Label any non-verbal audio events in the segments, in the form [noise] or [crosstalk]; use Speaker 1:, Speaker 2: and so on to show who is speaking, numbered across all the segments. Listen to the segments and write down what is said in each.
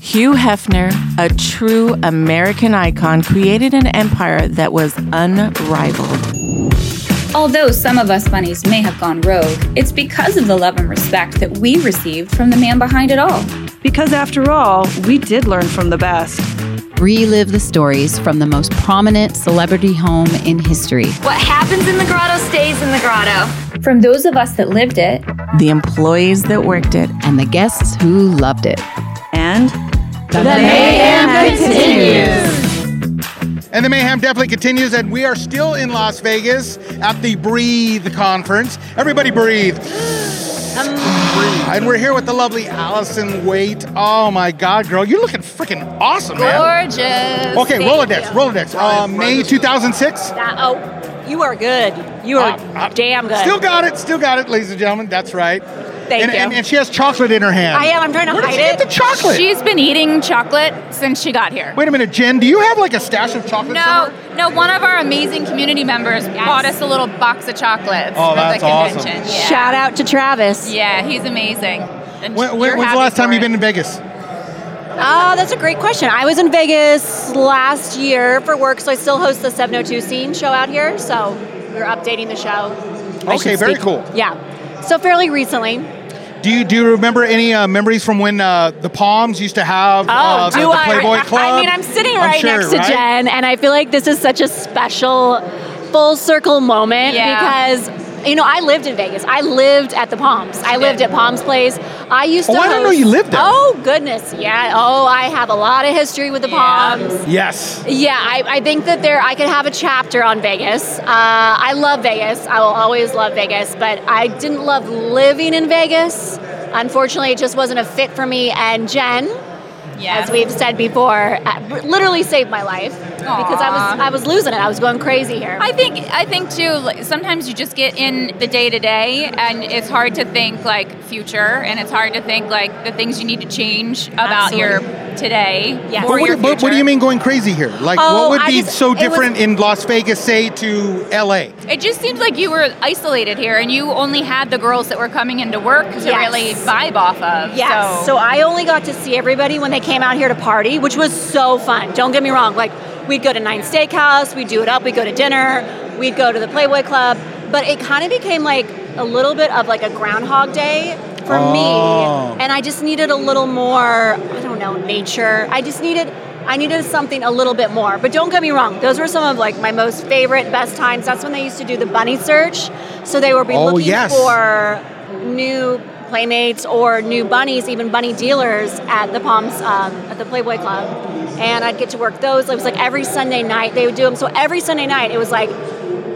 Speaker 1: Hugh Hefner, a true American icon, created an empire that was unrivaled.
Speaker 2: Although some of us bunnies may have gone rogue, it's because of the love and respect that we received from the man behind it all.
Speaker 3: Because after all, we did learn from the best.
Speaker 4: Relive the stories from the most prominent celebrity home in history.
Speaker 5: What happens in the grotto stays in the grotto.
Speaker 2: From those of us that lived it,
Speaker 1: The employees that worked it.
Speaker 4: and the guests who loved it.
Speaker 3: And
Speaker 4: The
Speaker 1: mayhem
Speaker 6: And the mayhem definitely continues, and we are still in Las Vegas at the Breathe conference. Everybody breathe. And we're here with the lovely Allison Wait. Oh my God, girl, you're looking freaking awesome, man.
Speaker 5: Gorgeous.
Speaker 6: Okay,
Speaker 5: Thank
Speaker 6: Rolodex,
Speaker 5: you.
Speaker 6: Rolodex. Uh, May 2006.
Speaker 5: That- oh, you are good. You are
Speaker 6: Uh,
Speaker 5: damn good.
Speaker 6: Still got it, still got it, ladies and gentlemen. That's right.
Speaker 5: Thank
Speaker 6: and,
Speaker 5: you.
Speaker 6: And, and she has chocolate in her hand.
Speaker 5: I am. I'm trying to
Speaker 6: Where did
Speaker 5: hide
Speaker 6: you
Speaker 5: it.
Speaker 6: get the chocolate?
Speaker 7: She's been eating chocolate since she got here.
Speaker 6: Wait a minute, Jen. Do you have like a stash of chocolate?
Speaker 7: No,
Speaker 6: somewhere?
Speaker 7: no, one of our amazing community members bought us a little box of chocolates
Speaker 6: Oh,
Speaker 7: for
Speaker 6: that's
Speaker 7: the
Speaker 6: awesome.
Speaker 7: convention.
Speaker 5: Shout out to Travis.
Speaker 7: Yeah, he's amazing. And
Speaker 6: When, when,
Speaker 7: you're
Speaker 6: when's the
Speaker 7: happy
Speaker 6: last time
Speaker 7: for
Speaker 6: you've
Speaker 7: it.
Speaker 6: been in Vegas?
Speaker 5: Oh, that's a great question. I was in Vegas last year for work, so I still host the 702 scene show out here. So we're updating the show. I
Speaker 6: Okay,
Speaker 5: should
Speaker 6: very
Speaker 5: speak-
Speaker 6: cool.
Speaker 5: Yeah. So fairly recently.
Speaker 6: Do you do you remember any uh, memories from when uh, the Palms used to have uh, the,
Speaker 5: Oh, do
Speaker 6: the
Speaker 5: I?
Speaker 6: Playboy
Speaker 5: I-
Speaker 6: Club?
Speaker 5: I mean, I'm sitting right
Speaker 6: sure,
Speaker 5: next to
Speaker 6: right?
Speaker 5: Jen, and I feel like this is such a special full circle moment
Speaker 7: Yeah.
Speaker 5: because you know I lived in Vegas. I lived at the Palms. I lived at Palms Place. I used
Speaker 6: Oh,
Speaker 5: to.
Speaker 6: I didn't know
Speaker 5: host-
Speaker 6: you lived there.
Speaker 5: Oh goodness, yeah. Oh, I have a lot of history with the
Speaker 7: Yeah.
Speaker 5: Palms.
Speaker 6: Yes.
Speaker 5: Yeah, I, I think that there I could have a chapter on Vegas. Uh, I love Vegas. I will always love Vegas, but I didn't love living in Vegas. Unfortunately, it just wasn't a fit for me. And Jen,
Speaker 7: Yeah.
Speaker 5: as we've said before, uh, literally saved my life because I was
Speaker 7: Aw.
Speaker 5: I was losing it. I was going crazy here.
Speaker 7: I think I think too. Like, sometimes you just get in the day to day, and it's hard to think like future, and it's hard to think like the things you need to change about your today.
Speaker 5: Yes.
Speaker 6: But
Speaker 7: for
Speaker 6: what,
Speaker 7: your
Speaker 6: do- but what do
Speaker 7: future.
Speaker 6: you mean going crazy here? Like,
Speaker 5: Oh,
Speaker 6: what would
Speaker 5: I
Speaker 6: be
Speaker 5: just-
Speaker 6: so
Speaker 5: it was-
Speaker 6: different in Las Vegas, say, to LA?
Speaker 7: It just seemed like you were isolated here, and you only had the girls that were coming into work to
Speaker 5: Yes.
Speaker 7: really vibe off of.
Speaker 5: Yes. So.
Speaker 7: So,
Speaker 5: I only got to see everybody when they came out here to party, which was so fun. Don't get me wrong. Like we'd go to Nine Steakhouse, we'd do it up, we'd go to dinner, we'd go to the Playboy Club. But it kind of became like a little bit of like a Groundhog Day for
Speaker 6: Oh.
Speaker 5: me, and I just needed a little more. I don't know nature. I just needed. I needed something a little bit more, but don't get me wrong. Those were some of like my most favorite, best times. That's when they used to do the bunny search. So they would be
Speaker 6: Oh,
Speaker 5: looking
Speaker 6: yes.
Speaker 5: for for new playmates or new bunnies, even bunny dealers at the Palms um, at the Playboy Club, and I'd get to work those. It was like every Sunday night they would do them. So every Sunday night it was like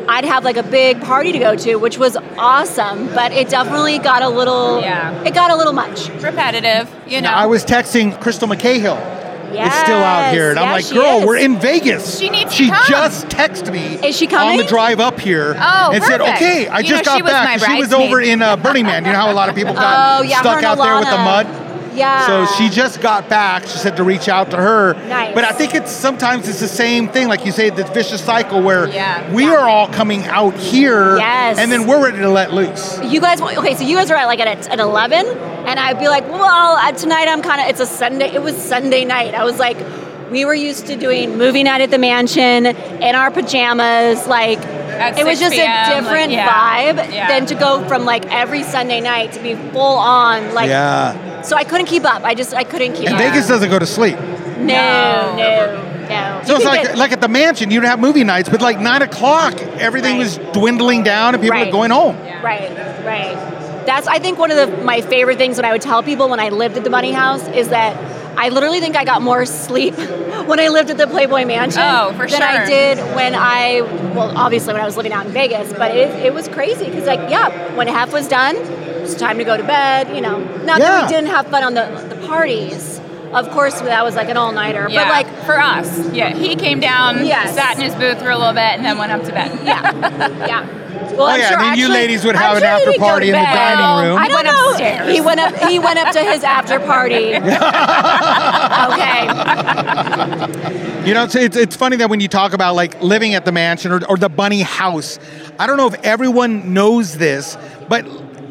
Speaker 5: I'd have like a big party to go to, which was awesome. But it definitely got a little
Speaker 7: Yeah.
Speaker 5: it got a little much.
Speaker 7: repetitive, you know.
Speaker 6: Now, I was texting Crystal McCahill. Is still out here, and I'm
Speaker 5: Yes,
Speaker 6: like,
Speaker 5: she
Speaker 6: girl,
Speaker 5: is.
Speaker 6: we're in Vegas.
Speaker 7: She needs to
Speaker 6: She
Speaker 7: come.
Speaker 6: just texted me.
Speaker 5: Is she
Speaker 6: On the
Speaker 5: coming?
Speaker 6: drive up here,
Speaker 7: Oh,
Speaker 6: and said,
Speaker 7: perfect.
Speaker 6: "Okay, I
Speaker 7: You
Speaker 6: just
Speaker 7: know,
Speaker 6: got
Speaker 7: she was
Speaker 6: back.
Speaker 7: my
Speaker 6: she was
Speaker 7: bridesmaid.
Speaker 6: over in uh, Burning Man. You know how a lot of people got
Speaker 5: [laughs] Oh yeah,
Speaker 6: stuck
Speaker 5: her
Speaker 6: out
Speaker 5: and
Speaker 6: there with the
Speaker 5: Alana.
Speaker 6: mud.
Speaker 5: Yeah.
Speaker 6: So she just got back. She said to reach out to her.
Speaker 5: Ah. Nice.
Speaker 6: But I think it's sometimes it's the same thing, like you say, this vicious cycle where
Speaker 7: Yeah.
Speaker 6: we are all coming out here,
Speaker 5: Yes.
Speaker 6: and then we're ready to let loose.
Speaker 5: You guys, wa- okay? So you guys were at like at, at eleven, and I'd be like, well, uh, tonight I'm kind of. It's a Sunday. It was Sunday night. I was like, we were used to doing movie night at the mansion in our pajamas. Like,
Speaker 7: At
Speaker 5: it was
Speaker 7: 6
Speaker 5: just
Speaker 7: p.m.,
Speaker 5: a
Speaker 7: like,
Speaker 5: different
Speaker 7: yeah,
Speaker 5: vibe
Speaker 7: yeah.
Speaker 5: than to go from like every Sunday night to be full on. Like,
Speaker 6: yeah.
Speaker 5: so I couldn't keep up. I just I couldn't keep
Speaker 6: And
Speaker 5: up.
Speaker 6: Vegas doesn't go to sleep.
Speaker 5: no, no, no.
Speaker 6: So it's
Speaker 5: You could
Speaker 6: like
Speaker 5: get-
Speaker 6: like at the mansion, you'd have movie nights, but like nine o'clock, everything
Speaker 5: Right.
Speaker 6: was dwindling down and people were
Speaker 5: Right.
Speaker 6: going home.
Speaker 5: Right, right. That's I think one of the, my favorite things when I would tell people when I lived at the Bunny House is that I literally think I got more sleep [laughs] when I lived at the Playboy Mansion
Speaker 7: Oh, for
Speaker 5: than I
Speaker 7: sure.
Speaker 5: did when I well obviously when I was living out in Vegas. But it, it was crazy because like yeah, when half was done, it's time to go to bed. You know, not that
Speaker 6: Yeah.
Speaker 5: we didn't have fun on the the parties. Of course, that was like an all nighter.
Speaker 7: yeah,
Speaker 5: But like
Speaker 7: for us, yeah, he came down,
Speaker 5: Yes.
Speaker 7: sat in his booth for a little bit, and then went up to bed.
Speaker 5: yeah, yeah.
Speaker 6: Oh,
Speaker 5: Well, I'm
Speaker 6: yeah,
Speaker 5: sure
Speaker 6: and then you
Speaker 5: actually-
Speaker 6: ladies would
Speaker 5: I'm
Speaker 6: have an
Speaker 5: sure he
Speaker 6: after
Speaker 5: didn't go
Speaker 6: party
Speaker 5: to
Speaker 6: in the
Speaker 5: bed.
Speaker 6: dining room.
Speaker 5: I don't
Speaker 7: Went
Speaker 5: know.
Speaker 7: upstairs.
Speaker 5: He went up. He went up to his after
Speaker 6: [laughs]
Speaker 5: party. okay.
Speaker 6: You know, it's, it's, it's funny that when you talk about like living at the mansion or, or the bunny house, I don't know if everyone knows this, but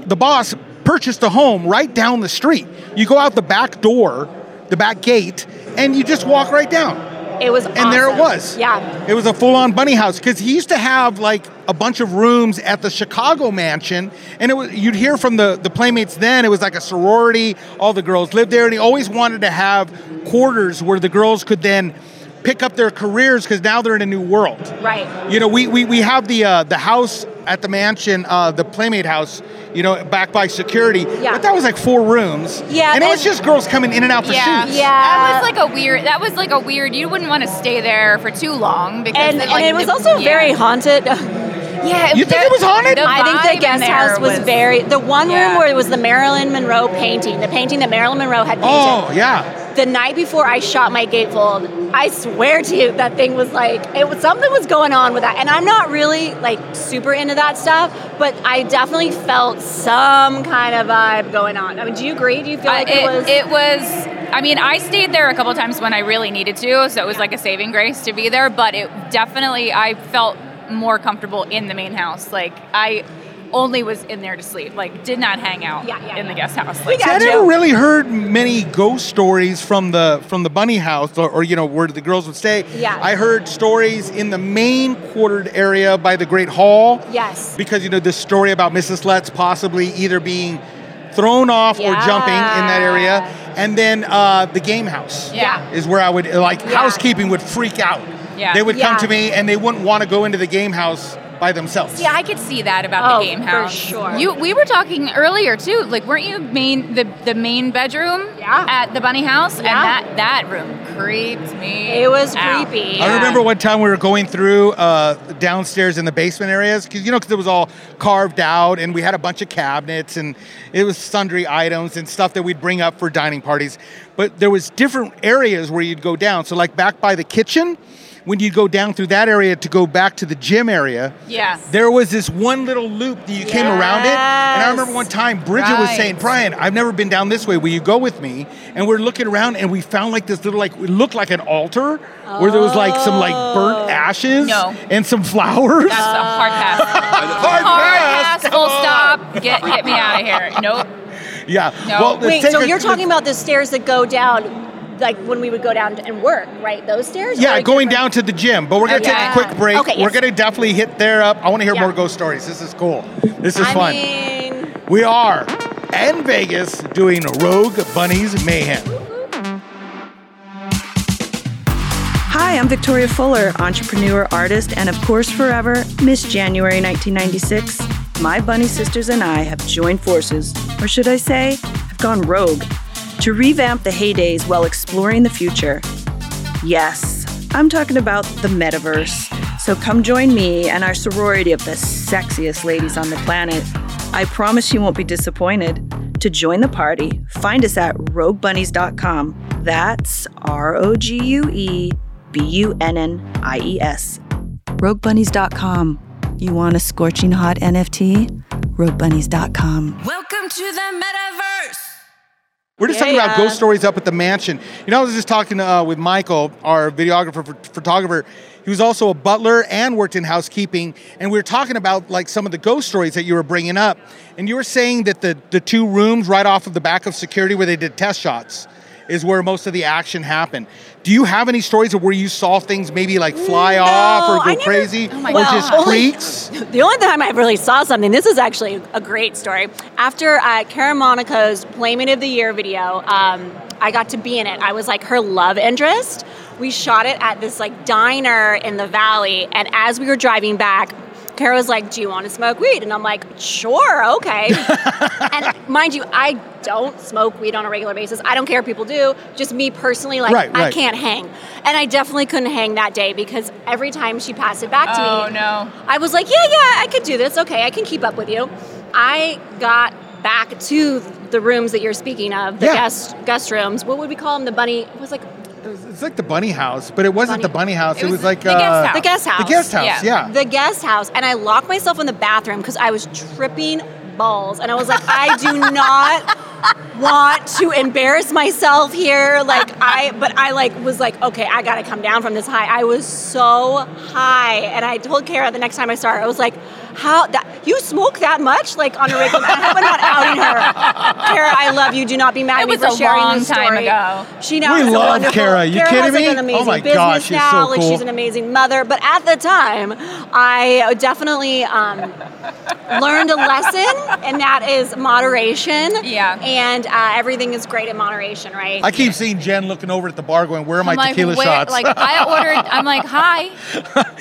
Speaker 6: the boss purchased a home right down the street. You go out the back door, the back gate, and you just walk right down.
Speaker 5: It was
Speaker 6: And there it
Speaker 5: awesome.
Speaker 6: was.
Speaker 5: Yeah.
Speaker 6: It was a full on bunny house because he used to have like a bunch of rooms at the Chicago mansion. And it was, you'd hear from the, the Playmates then, it was like a sorority. All the girls lived there. And he always wanted to have quarters where the girls could then pick up their careers because now they're in a new world.
Speaker 5: Right.
Speaker 6: You know, we, we, we have the uh, the house at the mansion, uh, the Playmate house, you know, back by security.
Speaker 5: Yeah.
Speaker 6: But that was like four rooms.
Speaker 5: Yeah,
Speaker 6: And it was
Speaker 5: and-
Speaker 6: just girls coming in and out for
Speaker 7: Yeah.
Speaker 6: shoots.
Speaker 5: Yeah.
Speaker 7: That was like a weird. That was like a weird. You wouldn't want to stay there for too long because
Speaker 5: And,
Speaker 7: then,
Speaker 5: and
Speaker 7: like,
Speaker 5: it was
Speaker 7: the-
Speaker 5: also
Speaker 7: yeah.
Speaker 5: very haunted. [laughs]
Speaker 7: Yeah.
Speaker 6: You think it was haunted?
Speaker 7: the
Speaker 5: I
Speaker 7: vibe in
Speaker 5: think the guest
Speaker 7: there
Speaker 5: house was, very. The one
Speaker 7: yeah.
Speaker 5: room where it was the Marilyn Monroe painting, the painting that Marilyn Monroe had painted.
Speaker 6: Oh, yeah.
Speaker 5: The night before I shot my gatefold, I swear to you, that thing was like it was something was going on with that. And I'm not really like super into that stuff, but I definitely felt some kind of vibe going on. I mean, do you agree? Do you feel
Speaker 7: I-
Speaker 5: like it, was?
Speaker 7: it was. I mean, I stayed there a couple times when I really needed to, so it was like a saving grace to be there. But it definitely, I felt more comfortable in the main house. Like I only was in there to sleep. Like did not hang out
Speaker 5: Yeah, yeah,
Speaker 7: in the
Speaker 5: yeah.
Speaker 7: guest house.
Speaker 5: We
Speaker 7: Like,
Speaker 5: got
Speaker 6: I
Speaker 5: Yeah,
Speaker 6: never
Speaker 5: Joe.
Speaker 6: really heard many ghost stories from the from the bunny house or, or, you know where the girls would stay.
Speaker 5: Yeah.
Speaker 6: I heard stories in the main quartered area by the Great Hall.
Speaker 5: yes.
Speaker 6: Because you know this story about Mrs. Letts possibly either being thrown off or jumping in that area, and then uh, the game house.
Speaker 7: yeah.
Speaker 6: is where I would like housekeeping would freak out.
Speaker 7: Yeah.
Speaker 6: They would come
Speaker 5: Yeah.
Speaker 6: to me and they wouldn't want to go into the game house by themselves.
Speaker 7: Yeah, I could see that about
Speaker 5: Oh,
Speaker 7: the game
Speaker 5: for
Speaker 7: house.
Speaker 5: sure.
Speaker 7: You, we were talking earlier too. Like, weren't you main the, the main bedroom
Speaker 5: Yeah.
Speaker 7: at the bunny house?
Speaker 5: Yeah.
Speaker 7: And that that room creeped me.
Speaker 5: It was
Speaker 7: out.
Speaker 5: creepy.
Speaker 6: I remember one time we were going through uh, downstairs in the basement areas because you know because it was all carved out and we had a bunch of cabinets and it was sundry items and stuff that we'd bring up for dining parties. But there was different areas where you'd go down. So like back by the kitchen, when you'd go down through that area to go back to the gym area,
Speaker 7: Yeah.
Speaker 6: there was this one little loop that you came around it. And I remember
Speaker 5: Yes.
Speaker 6: one time Bridget was
Speaker 7: Right.
Speaker 6: saying, Brian, I've never been down this way. Will you go with me? And we're looking around and we found like this little, like, it looked like an altar where there was like some like burnt ashes
Speaker 7: No.
Speaker 6: and some flowers.
Speaker 7: That's a hard pass.
Speaker 6: [laughs] Hard pass, come
Speaker 7: Full
Speaker 6: on.
Speaker 7: stop. Get get me out of here. Nope.
Speaker 6: yeah.
Speaker 7: No.
Speaker 6: Well, let's
Speaker 5: Wait,
Speaker 6: take
Speaker 5: so
Speaker 6: a-
Speaker 5: you're talking about the stairs that go down, like when we would go down and work, right? Those stairs?
Speaker 6: Yeah,
Speaker 5: Or
Speaker 6: going
Speaker 5: different-
Speaker 6: down to the gym, but we're gonna take
Speaker 7: Okay.
Speaker 6: a quick break.
Speaker 5: Okay,
Speaker 6: We're
Speaker 5: yes.
Speaker 6: gonna definitely hit there up. I want to hear
Speaker 5: Yeah.
Speaker 6: more ghost stories. This is cool. This is
Speaker 5: I
Speaker 6: fun.
Speaker 5: mean,
Speaker 6: we are in Vegas doing Rogue Bunnies Mayhem.
Speaker 3: Hi, I'm Victoria Fuller, entrepreneur, artist, and of course, forever Miss January 1996. My bunny sisters and I have joined forces, or should I say, have gone rogue, to revamp the heydays while exploring the future. Yes, I'm talking about the metaverse. So come join me and our sorority of the sexiest ladies on the planet. I promise you won't be disappointed. To join the party, find us at roguebunnies.com. That's R O G U E B U N N I E S. Roguebunnies.com. You want a scorching hot NFT? Roguebunnies.com.
Speaker 8: Welcome to the metaverse.
Speaker 6: We're just talking about ghost stories up at the mansion. You know, I was just talking uh, with Michael, our videographer, ph- photographer. He was also a butler and worked in housekeeping. And we were talking about like some of the ghost stories that you were bringing up. And you were saying that the, the two rooms right off of the back of security where they did test shots is where most of the action happened. Do you have any stories of where you saw things maybe like fly off or
Speaker 5: I
Speaker 6: go
Speaker 5: never-
Speaker 6: crazy
Speaker 5: Oh my
Speaker 6: or
Speaker 5: God.
Speaker 6: just
Speaker 5: Well, only-
Speaker 6: creaks?
Speaker 5: the only time I really saw something, this is actually a great story. After uh, Karen Monaco's Playmate of the Year video, um, I got to be in it. I was like her love interest. We shot it at this like diner in the valley, and as we were driving back, Kara was like, "Do you want to smoke weed?" And I'm like,
Speaker 6: [laughs]
Speaker 5: "Sure, okay." and mind you, I don't smoke weed on a regular basis. I don't care if people do. Just me personally, like
Speaker 6: Right,
Speaker 5: I
Speaker 6: right.
Speaker 5: can't hang, and I definitely couldn't hang that day because every time she passed it back to
Speaker 7: Oh
Speaker 5: me,
Speaker 7: no.
Speaker 5: I was like, yeah, yeah, I could do this. Okay, I can keep up with you. I got back to the rooms that you're speaking of, the
Speaker 6: Yeah.
Speaker 5: guest guest rooms. What would we call them? The bunny. It was like
Speaker 6: It was- It's like the bunny house, but it wasn't
Speaker 5: Bunny-
Speaker 6: the bunny house. It,
Speaker 7: It was
Speaker 6: was like
Speaker 7: the guest
Speaker 6: uh,
Speaker 7: house.
Speaker 5: the guest house.
Speaker 6: The guest house, yeah.
Speaker 5: The guest house, and I locked myself in the bathroom because I was tripping balls. And I was like, I
Speaker 7: [laughs]
Speaker 5: do not want to embarrass myself here. Like I, but I like was like, okay, I gotta come down from this high. I was so high, and I told Kara the next time I saw her, I was like, how that you smoke that much? Like on a regular,
Speaker 7: [laughs]
Speaker 5: I was not outing her. Kara, I love you. Do not be mad
Speaker 7: It
Speaker 5: at me
Speaker 7: was
Speaker 5: for
Speaker 7: a
Speaker 5: sharing
Speaker 7: long
Speaker 5: this
Speaker 7: time
Speaker 5: story.
Speaker 7: ago.
Speaker 5: She now
Speaker 6: We
Speaker 5: has a
Speaker 6: love
Speaker 5: wonderful-
Speaker 6: Kara. You
Speaker 5: Kara
Speaker 6: kidding
Speaker 5: has, like,
Speaker 6: me?
Speaker 5: an amazing
Speaker 6: Oh my
Speaker 5: business
Speaker 6: gosh, she's so
Speaker 5: now. Like
Speaker 6: cool.
Speaker 5: she's an amazing mother. But at the time, I definitely um, learned a lesson, and that is moderation.
Speaker 7: Yeah.
Speaker 5: And uh, everything is great in moderation, right?
Speaker 6: I keep seeing Jen looking over at the bar going, where are my
Speaker 7: I'm like,
Speaker 6: tequila
Speaker 7: where-
Speaker 6: shots?
Speaker 7: like I ordered. I'm like, hi.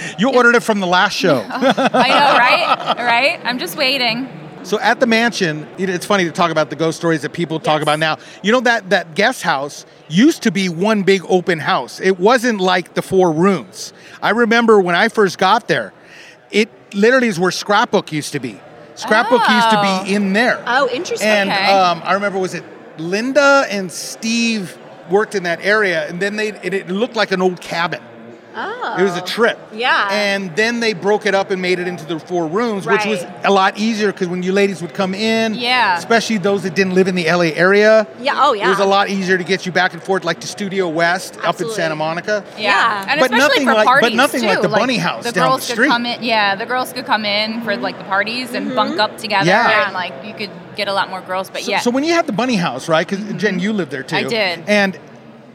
Speaker 6: [laughs] you ordered it from the
Speaker 7: [laughs]
Speaker 6: last show.
Speaker 7: Oh, I know,
Speaker 6: [laughs]
Speaker 7: right? Right? I'm just waiting.
Speaker 6: So at the mansion, it- it's funny to talk about the ghost stories that people talk about now. You know that that guest house used to be one big open house. It wasn't like the four rooms. I remember when I first got there, it literally is where scrapbook used to be. Scrapbook used to
Speaker 7: Oh.
Speaker 6: be in there.
Speaker 5: oh, interesting.
Speaker 6: And
Speaker 7: Okay.
Speaker 6: um, I remember was it Linda and Steve worked in that area, and then they it, it looked like an old cabin.
Speaker 5: oh.
Speaker 6: It was a trip.
Speaker 5: Yeah.
Speaker 6: And then they broke it up and made it into the four rooms,
Speaker 5: Right.
Speaker 6: which was a lot easier because when you ladies would come in,
Speaker 7: Yeah.
Speaker 6: especially those that didn't live in the LA area,
Speaker 5: Yeah. Oh,
Speaker 6: it was
Speaker 5: yeah.
Speaker 6: a lot easier to get you back and forth, like to Studio West up in
Speaker 5: Absolutely.
Speaker 6: Santa Monica.
Speaker 7: Yeah.
Speaker 5: Yeah.
Speaker 7: And
Speaker 6: But
Speaker 7: especially
Speaker 6: nothing
Speaker 7: for
Speaker 6: like- but
Speaker 7: parties.
Speaker 6: nothing
Speaker 7: too.
Speaker 6: like the bunny house
Speaker 7: The
Speaker 6: down the
Speaker 7: girls
Speaker 6: street.
Speaker 7: could come in. Yeah, the girls could come in for like the parties and
Speaker 5: Mm-hmm.
Speaker 7: bunk up together,
Speaker 6: Yeah.
Speaker 7: and like you could get a lot more girls. But
Speaker 6: So,
Speaker 7: yeah,
Speaker 6: so when you had the bunny house, right? Because
Speaker 5: Mm-hmm.
Speaker 6: Jen, you lived there too.
Speaker 7: I did.
Speaker 6: And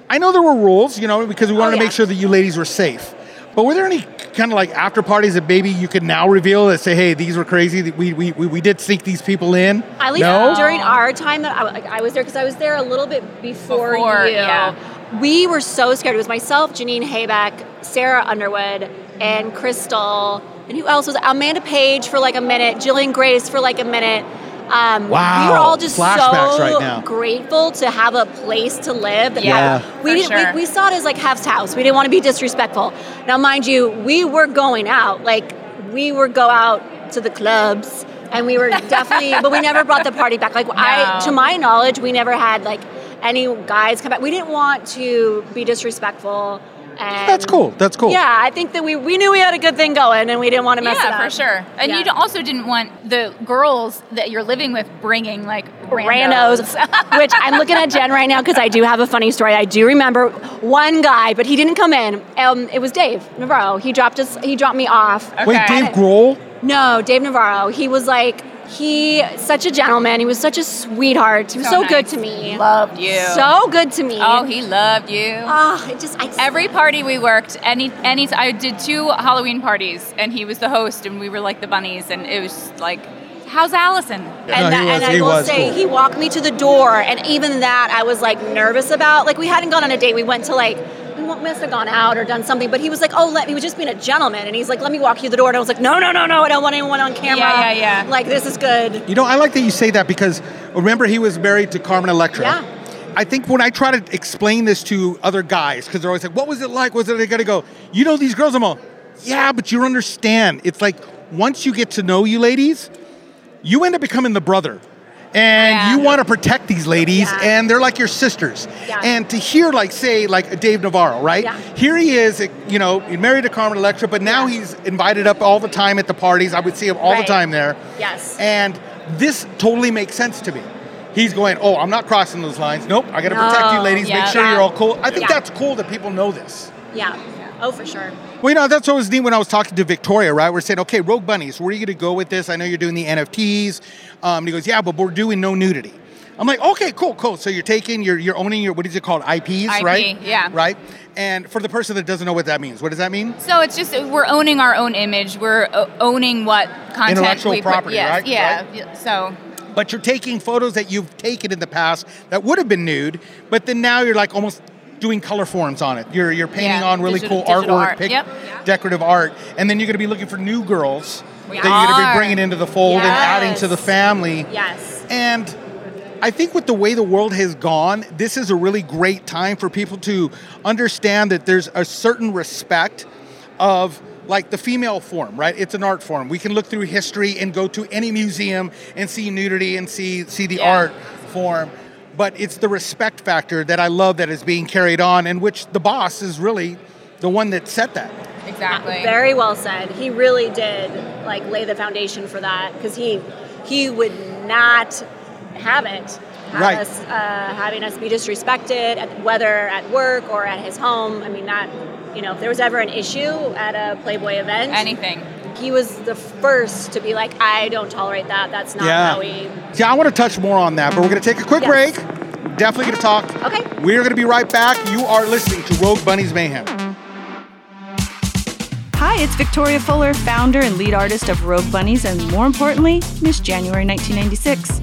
Speaker 6: I know there were rules, you know, because we wanted to
Speaker 5: Oh, yeah.
Speaker 6: make sure that you ladies were safe. But were there any kind of like after parties that maybe you could now reveal that say, hey, these were crazy. that We we, we, we did sneak these people in.
Speaker 5: At least
Speaker 6: no?
Speaker 5: during our time that I, like, I was there, because I was there a little bit before,
Speaker 7: Before,
Speaker 5: you.
Speaker 7: yeah.
Speaker 5: We were so scared. It was myself, Janine Hayback, Sarah Underwood, and Crystal, and who else was Amanda Page for like a minute, Jillian Grace for like a minute. Um, We
Speaker 6: Wow.
Speaker 5: were all just
Speaker 6: Flashbacks
Speaker 5: so
Speaker 6: right now.
Speaker 5: grateful to have a place to live. and
Speaker 6: Yeah.
Speaker 5: have- we,
Speaker 7: For
Speaker 5: didn't,
Speaker 7: sure.
Speaker 5: we we saw it as like Hef's house. We didn't want to be disrespectful. Now, mind you, we were going out. Like we would go out to the clubs, and we
Speaker 7: [laughs]
Speaker 5: were definitely, but we never brought the party back. Like I,
Speaker 7: No.
Speaker 5: to my knowledge, we never had like any guys come back. We didn't want to be disrespectful. And
Speaker 6: That's cool. That's cool.
Speaker 5: Yeah, I think that we we knew we had a good thing going, and we didn't want to mess it up.
Speaker 7: yeah, for sure. And
Speaker 5: Yeah.
Speaker 7: you also didn't want the girls that you're living with bringing like
Speaker 5: randos,
Speaker 7: randos.
Speaker 5: [laughs] which I'm looking at Jen right now because I do have a funny story. I do remember one guy, but he didn't come in. Um, it was Dave Navarro. He dropped us. He dropped me off.
Speaker 6: Wait,
Speaker 7: Okay.
Speaker 6: Dave Grohl?
Speaker 5: No, Dave Navarro. He was like he such a gentleman. He was such a sweetheart. He was so,
Speaker 7: So
Speaker 5: good
Speaker 7: nice.
Speaker 5: to me.
Speaker 7: Loved you.
Speaker 5: So good to me.
Speaker 7: Oh, he loved you.
Speaker 5: Ah, it just I
Speaker 7: Every party we worked, any any I did two Halloween parties, and he was the host, and we were like the bunnies, and it was like, how's Allison?
Speaker 6: No, he
Speaker 5: And, that, and
Speaker 6: was-
Speaker 5: I
Speaker 6: he
Speaker 5: will
Speaker 6: was
Speaker 5: say,
Speaker 6: cool.
Speaker 5: he walked me to the door, and even that I was like nervous about. Like, we hadn't gone on a date. We went to like, we wa- must have gone out or done something, but he was like, oh, let me, he was just being a gentleman. And he's like, let me walk you to the door. And I was like, no, no, no, no, I don't want anyone on camera.
Speaker 7: Yeah, yeah, yeah.
Speaker 5: Like, this is good.
Speaker 6: You know, I like that you say that because remember he was married to Carmen Electra.
Speaker 5: Yeah.
Speaker 6: I think when I try to explain this to other guys, because they're always like, "What was it like? Was it?" They gotta go. You know these girls. I'm all, yeah, but you don't understand. It's like once you get to know you ladies, you end up becoming the brother, and
Speaker 7: Yeah.
Speaker 6: you want to protect these ladies,
Speaker 5: Yeah.
Speaker 6: and they're like your sisters.
Speaker 5: Yeah.
Speaker 6: And to hear, like, say, like Dave Navarro, right?
Speaker 5: Yeah.
Speaker 6: Here he is, eh, you know, married to Carmen Electra, but now he's invited up all the time at the parties. I would see him all
Speaker 5: Right.
Speaker 6: the time there.
Speaker 5: Yes.
Speaker 6: And this totally makes sense to me. He's going, oh, I'm not crossing those lines. Nope, I got to protect you,
Speaker 5: No,
Speaker 6: ladies.
Speaker 7: yeah.
Speaker 6: Make sure you're all cool. I think
Speaker 5: Yeah.
Speaker 6: that's cool that people know this.
Speaker 5: Yeah. Oh, for sure.
Speaker 6: Well, you know, that's what was neat when I was talking to Victoria, right? We're saying, okay, Rogue Bunnies, where are you going to go with this? I know you're doing the NFTs. Um, and he goes, yeah, but we're doing no nudity. I'm like, okay, cool, cool. So you're taking, you're, you're owning your, what is it called, IPs,
Speaker 7: IP,
Speaker 6: right?
Speaker 7: yeah.
Speaker 6: Right? And for the person that doesn't know what that means, what does that mean?
Speaker 7: So it's just we're owning our own image. We're o- owning what content
Speaker 6: Intellectual
Speaker 7: we put-
Speaker 6: property,
Speaker 7: yes,
Speaker 6: right?
Speaker 7: Yeah.
Speaker 6: Right?
Speaker 7: yeah, So
Speaker 6: but you're taking photos that you've taken in the past that would have been nude, but then now you're like almost doing color forms on it. You're you're painting
Speaker 7: Yeah,
Speaker 6: on really
Speaker 7: digital-
Speaker 6: cool
Speaker 7: digital
Speaker 6: artwork,
Speaker 7: art.
Speaker 6: pic-
Speaker 7: Yep.
Speaker 6: decorative art, and then you're going to be looking for new girls
Speaker 7: We
Speaker 6: that you're going to
Speaker 7: are.
Speaker 6: be bringing into the fold and adding to the
Speaker 5: Yes.
Speaker 6: family.
Speaker 5: Yes.
Speaker 6: And I think with the way the world has gone, this is a really great time for people to understand that there's a certain respect of like the female form, right? It's an art form. We can look through history and go to any museum and see nudity and see see the
Speaker 7: Yeah.
Speaker 6: art form. But it's the respect factor that I love that is being carried on and which the boss is really the one that set that.
Speaker 7: exactly.
Speaker 5: Very well said. He really did like lay the foundation for that because he he would not have it. Have
Speaker 6: Right.
Speaker 5: Us, uh, having us be disrespected, at, whether at work or at his home. I mean, that, you know, if there was ever an issue at a Playboy event,
Speaker 7: Anything.
Speaker 5: he was the first to be like, I don't tolerate that. That's not how we.
Speaker 6: Yeah, I want to touch more on that, but we're going to take a quick
Speaker 5: Yes.
Speaker 6: break. Definitely going to talk.
Speaker 5: Okay.
Speaker 6: We're going to be right back. You are listening to Rogue Bunny's Mayhem.
Speaker 3: Hi, it's Victoria Fuller, founder and lead artist of Rogue Bunnies, and more importantly, Miss January 1996.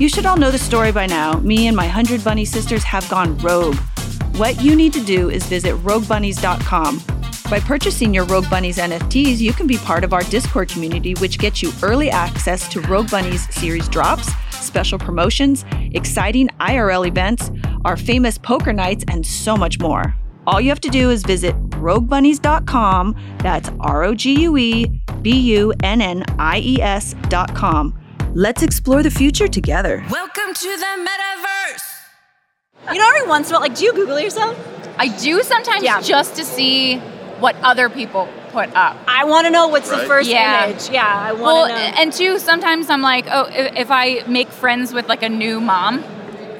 Speaker 3: You should all know the story by now. Me and my 100 Bunny sisters have gone rogue. What you need to do is visit roguebunnies.com. By purchasing your Rogue Bunnies NFTs, you can be part of our Discord community, which gets you early access to Rogue Bunnies series drops, special promotions, exciting IRL events, our famous poker nights, and so much more. All you have to do is visit roguebunnies.com. That's R O G U E B U N N I E S.com. Let's explore the future together.
Speaker 8: Welcome to the metaverse.
Speaker 5: You know, every once in a while, like, do you Google yourself?
Speaker 7: I do sometimes
Speaker 5: Yeah.
Speaker 7: just to see what other people put up.
Speaker 5: I want to know what's the first
Speaker 7: Yeah.
Speaker 5: image. Yeah, I want
Speaker 7: Well,
Speaker 5: to know.
Speaker 7: and two, sometimes I'm like, oh, if, if I make friends with like a new mom,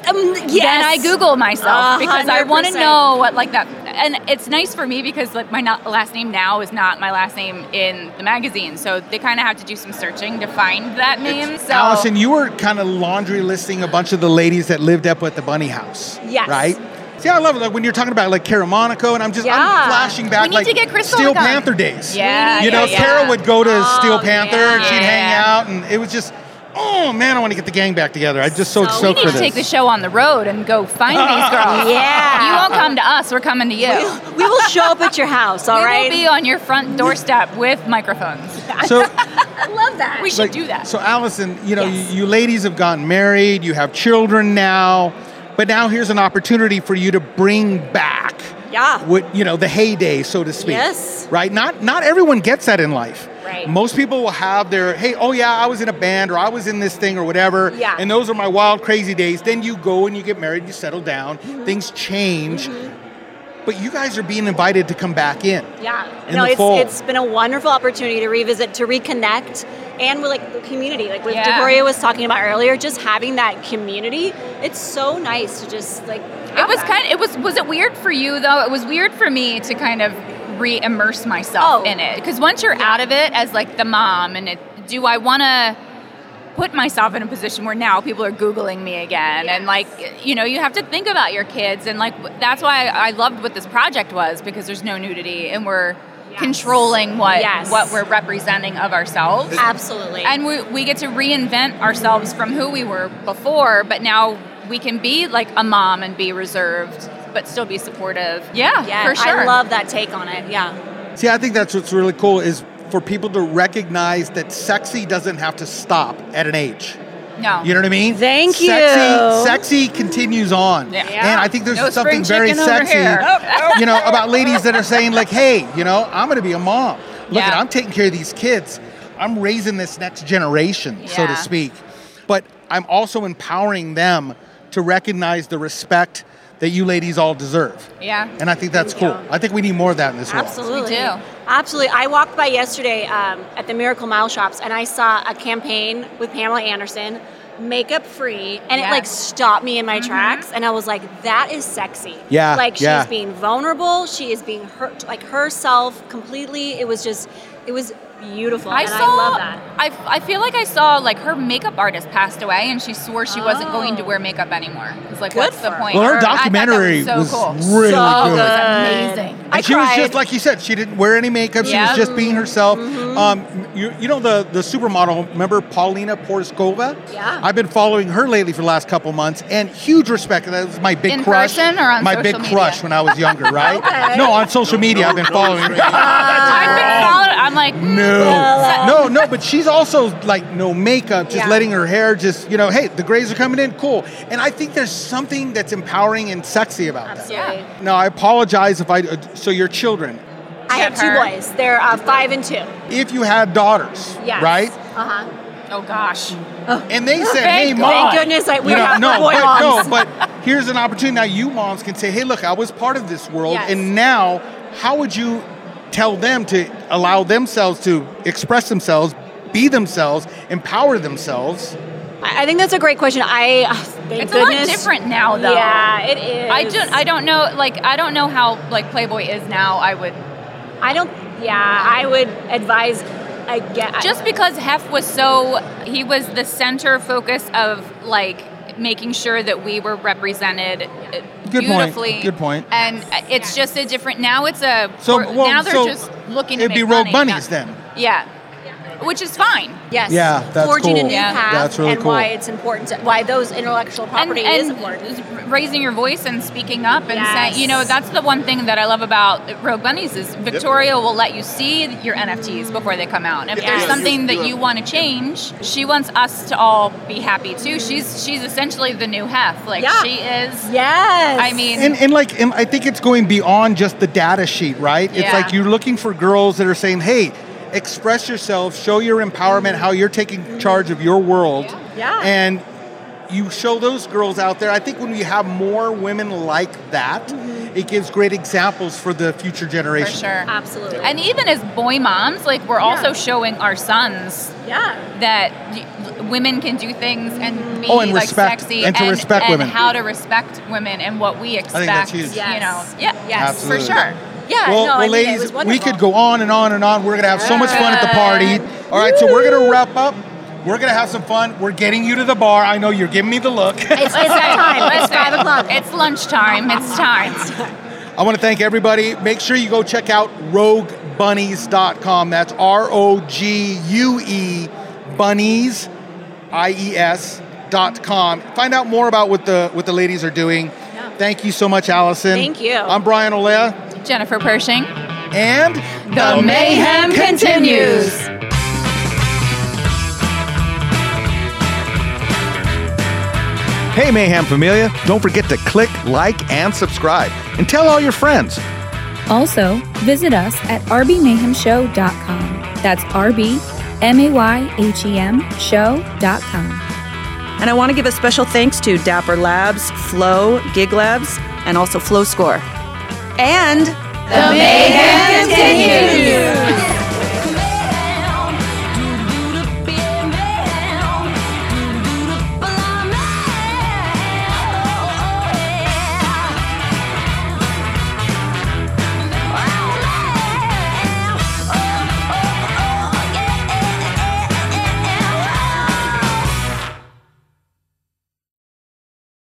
Speaker 5: Um,
Speaker 7: then I Google myself
Speaker 5: A
Speaker 7: because I
Speaker 5: hundred
Speaker 7: want to
Speaker 5: percent.
Speaker 7: know what like that. And it's nice for me because like my not, last name now is not my last name in the magazine, so they kind of have to do some searching to find that name. so
Speaker 6: Allison, you were kind of laundry listing a bunch of the ladies that lived up at the bunny house.
Speaker 5: Yes.
Speaker 6: Right? See, I love it. Like when you're talking about like Cara Monaco, and I'm just
Speaker 5: Yeah.
Speaker 6: I'm flashing back
Speaker 7: We need
Speaker 6: like
Speaker 7: to get Crystal
Speaker 6: Steel
Speaker 7: to come.
Speaker 6: Panther days.
Speaker 7: Yeah,
Speaker 6: You
Speaker 7: yeah,
Speaker 6: know,
Speaker 7: yeah.
Speaker 6: Cara would go to Steel
Speaker 5: Oh,
Speaker 6: Panther and she'd
Speaker 7: yeah.
Speaker 6: hang out, and it was just, oh man, I want to get the gang back together. I just so,
Speaker 5: So-
Speaker 7: we
Speaker 6: stoked
Speaker 7: need
Speaker 6: for
Speaker 7: to
Speaker 6: this.
Speaker 7: take the show on the road and go find these girls.
Speaker 5: Yeah.
Speaker 7: you won't come to us; we're coming to you.
Speaker 5: we will show up at your house, all
Speaker 7: we
Speaker 5: right?
Speaker 7: will be on your front doorstep with microphones. [laughs]
Speaker 6: so
Speaker 5: I love that.
Speaker 7: We should
Speaker 6: Like,
Speaker 7: do that.
Speaker 6: So, Allison, you know,
Speaker 5: Yes.
Speaker 6: you, you ladies have gotten married, you have children now, but now here's an opportunity for you to bring back
Speaker 5: Yeah.
Speaker 6: what you know the heyday, so to speak.
Speaker 5: Yes.
Speaker 6: Right. Not not everyone gets that in life.
Speaker 5: Right.
Speaker 6: Most people will have their hey, oh yeah, I was in a band or I was in this thing or whatever.
Speaker 5: Yeah.
Speaker 6: And those are my wild, crazy days. Then you go and you get married, you settle down,
Speaker 5: Mm-hmm.
Speaker 6: things change. But you guys are being invited to come back in.
Speaker 5: yeah.
Speaker 6: in
Speaker 5: no,
Speaker 6: the
Speaker 5: it's
Speaker 6: fall.
Speaker 5: it's been a wonderful opportunity to revisit, to reconnect, and with like the community, like what
Speaker 7: Yeah.
Speaker 5: Decoria was talking about earlier, just having that community. It's so nice to just like.
Speaker 7: It was kind of, it was was it weird for you though? It was weird for me to kind of re-immerse myself
Speaker 5: Oh.
Speaker 7: in it because once you're out of it as like the mom and it, do I want to put myself in a position where now people are googling me again and like you know you have to think about your kids and like w- that's why I loved what this project was because there's no nudity and we're controlling what
Speaker 5: Yes.
Speaker 7: what we're representing of ourselves
Speaker 5: absolutely.
Speaker 7: and we, we get to reinvent ourselves from who we were before, but now we can be like a mom and be reserved, but still be supportive. Yeah,
Speaker 5: yeah,
Speaker 7: for sure.
Speaker 5: I love that take on it. Yeah.
Speaker 6: See, I think that's what's really cool is for people to recognize that sexy doesn't have to stop at an age.
Speaker 7: no.
Speaker 6: You know what I mean?
Speaker 5: Thank
Speaker 6: sexy,
Speaker 5: you.
Speaker 6: Sexy continues on.
Speaker 7: Yeah.
Speaker 6: And I think there's
Speaker 7: No
Speaker 6: something
Speaker 7: spring
Speaker 6: very
Speaker 7: chicken over
Speaker 6: sexy,
Speaker 7: here. Oh,
Speaker 6: you know, about ladies that are saying like, "Hey, you know, I'm going to be a mom. Look,
Speaker 7: Yeah.
Speaker 6: at, I'm taking care of these kids. I'm raising this next generation, so to
Speaker 7: Yeah.
Speaker 6: speak. But I'm also empowering them to recognize the respect that you ladies all deserve.
Speaker 7: yeah.
Speaker 6: And I think that's cool. I think we need more of that in this world.
Speaker 5: Absolutely.
Speaker 7: We do.
Speaker 5: Absolutely. I walked by yesterday um, at the Miracle Mile shops and I saw a campaign with Pamela Anderson, makeup free, and
Speaker 7: Yes.
Speaker 5: it
Speaker 7: Mm-hmm.
Speaker 5: like stopped me in my tracks. And I was like, that is sexy.
Speaker 6: Yeah,
Speaker 5: Like she's
Speaker 6: yeah.
Speaker 5: being vulnerable. She is being hurt, like herself completely. It was just, it was beautiful.
Speaker 7: I
Speaker 5: and
Speaker 7: saw.
Speaker 5: I love that.
Speaker 7: I, I feel like I saw like her makeup artist passed away, and she swore she wasn't
Speaker 5: Oh.
Speaker 7: going to wear makeup anymore. It's like,
Speaker 5: Good
Speaker 7: what's the
Speaker 5: for her.
Speaker 7: point?
Speaker 6: Well, her
Speaker 7: I thought that
Speaker 6: documentary
Speaker 7: was,
Speaker 6: was
Speaker 7: so cool.
Speaker 6: really
Speaker 7: so
Speaker 6: good.
Speaker 7: It was amazing.
Speaker 5: I
Speaker 6: And she was
Speaker 5: cried.
Speaker 6: just like you said. She didn't wear any makeup.
Speaker 7: Yeah.
Speaker 6: She was just being herself.
Speaker 7: Mm-hmm.
Speaker 6: Um, you, you know the the supermodel. Remember Paulina Porizkova?
Speaker 5: Yeah.
Speaker 6: I've been following her lately for the last couple months, and huge respect. That was my big
Speaker 7: In
Speaker 6: crush.
Speaker 7: person or on
Speaker 6: my
Speaker 7: social
Speaker 6: big
Speaker 7: media?
Speaker 6: crush when I was younger,
Speaker 7: [laughs]
Speaker 6: right? No, on social media. I've been following.
Speaker 7: I've been following. I'm like, mm,
Speaker 6: Uh, No, no, no. But she's also like no makeup, just
Speaker 5: Yeah.
Speaker 6: letting her hair just you know, hey, the grays are coming in, cool. And I think there's something that's empowering and sexy about that.
Speaker 5: Absolutely.
Speaker 6: Now I apologize if I. uh, So your children,
Speaker 5: I have
Speaker 7: Check her.
Speaker 5: two boys. They're uh, five and two.
Speaker 6: if you had daughters,
Speaker 5: Yes.
Speaker 6: right?
Speaker 5: Uh huh.
Speaker 7: oh gosh.
Speaker 6: And they said,
Speaker 7: Thank-
Speaker 6: "Hey,
Speaker 7: thank
Speaker 6: mom."
Speaker 5: Thank goodness I, we
Speaker 6: You know,
Speaker 5: have
Speaker 6: no,
Speaker 5: boy
Speaker 6: but
Speaker 5: moms.
Speaker 6: no, but here's an opportunity. Now you moms can say, "Hey, look, I was part of this world,
Speaker 5: Yes.
Speaker 6: and now how would you tell them to allow themselves to express themselves?" be themselves, empower themselves?
Speaker 5: I I think that's a great question. I [laughs] uh, thank
Speaker 7: It's a lot
Speaker 5: goodness.
Speaker 7: different now, though.
Speaker 5: Yeah, it is.
Speaker 7: I don't. I don't know. Like, I don't know how like Playboy is now. I would
Speaker 5: I don't. Yeah, I would advise. I get
Speaker 7: just because Hef was so he was the center focus of like making sure that we were represented uh,
Speaker 6: Good point.
Speaker 7: beautifully.
Speaker 6: Good point.
Speaker 7: And uh, it's just a different now. It's a
Speaker 6: So,
Speaker 7: we're-
Speaker 6: well,
Speaker 7: now they're
Speaker 6: so
Speaker 7: just looking.
Speaker 6: It'd
Speaker 7: to
Speaker 6: be
Speaker 7: make
Speaker 6: rogue
Speaker 7: money.
Speaker 6: bunnies then.
Speaker 7: Yeah, which is fine.
Speaker 5: yes.
Speaker 6: Yeah, that's
Speaker 5: forging a
Speaker 6: cool.
Speaker 5: new
Speaker 7: Yeah.
Speaker 5: path
Speaker 6: That's really
Speaker 5: and
Speaker 6: cool.
Speaker 5: why it's important. To, why those intellectual property is important.
Speaker 7: raising your voice and speaking up and
Speaker 5: Yes.
Speaker 7: saying, you know, that's the one thing that I love about Rogue Bunnies is Victoria will let you see your NFTs before they come out. And if
Speaker 9: Yeah,
Speaker 7: there's
Speaker 9: yeah,
Speaker 7: something
Speaker 9: you-
Speaker 7: that
Speaker 9: you-
Speaker 7: you want to change, she wants us to all be happy too. She's she's essentially the new Hef. Like
Speaker 5: Yeah.
Speaker 7: she is.
Speaker 5: Yes.
Speaker 7: I mean,
Speaker 6: And, and like, and I think it's going beyond just the data sheet, right? It's
Speaker 7: Yeah.
Speaker 6: like you're looking for girls that are saying, hey, express yourself, show your empowerment, how you're taking charge of your world.
Speaker 5: Yeah.
Speaker 6: And you show those girls out there. I think when you have more women like that,
Speaker 5: Mm-hmm.
Speaker 6: it gives great examples for the future
Speaker 7: for
Speaker 6: generation.
Speaker 7: sure.
Speaker 5: absolutely.
Speaker 7: And even as boy moms, like we're also showing our sons
Speaker 5: yeah.
Speaker 7: that y- women can do things and be
Speaker 6: Oh, and
Speaker 7: like
Speaker 6: respect-
Speaker 7: sexy
Speaker 6: and to respect
Speaker 7: and
Speaker 6: women.
Speaker 7: how to respect women and what we expect.
Speaker 6: that's huge.
Speaker 7: You know,
Speaker 5: Yes.
Speaker 7: yeah,
Speaker 5: Yes.
Speaker 6: Absolutely.
Speaker 7: for sure.
Speaker 5: Yeah.
Speaker 6: Well,
Speaker 5: no, I
Speaker 6: well
Speaker 5: mean, it
Speaker 6: ladies,
Speaker 5: was
Speaker 6: we could go on and on and on. We're going to have so much fun at the party.
Speaker 5: Yeah.
Speaker 6: All right, so we're going to wrap up. We're going to have some fun. We're getting you to the bar. I know you're giving me the look. [laughs]
Speaker 5: It's, it's that time. It's
Speaker 7: Listen,
Speaker 5: five o'clock.
Speaker 7: It's lunchtime. It's time. [laughs]
Speaker 6: I want to thank everybody. Make sure you go check out roguebunnies.com. That's R O G U E bunnies, I E S dot com. Find out more about what the what the ladies are doing. Thank you so much, Allison.
Speaker 5: Thank you.
Speaker 6: I'm Brian Olea,
Speaker 7: Jennifer Pershing.
Speaker 6: and
Speaker 7: The mayhem continues.
Speaker 9: Hey, Mayhem Familia, don't forget to click, like, and subscribe, and tell all your friends.
Speaker 2: Also, visit us at rbmayhemshow.com. That's RB M A Y H E M show.com.
Speaker 3: And I want to give a special thanks to Dapper Labs, Flow, Gig Labs, and also Flow Score. And
Speaker 1: Mayhem continues.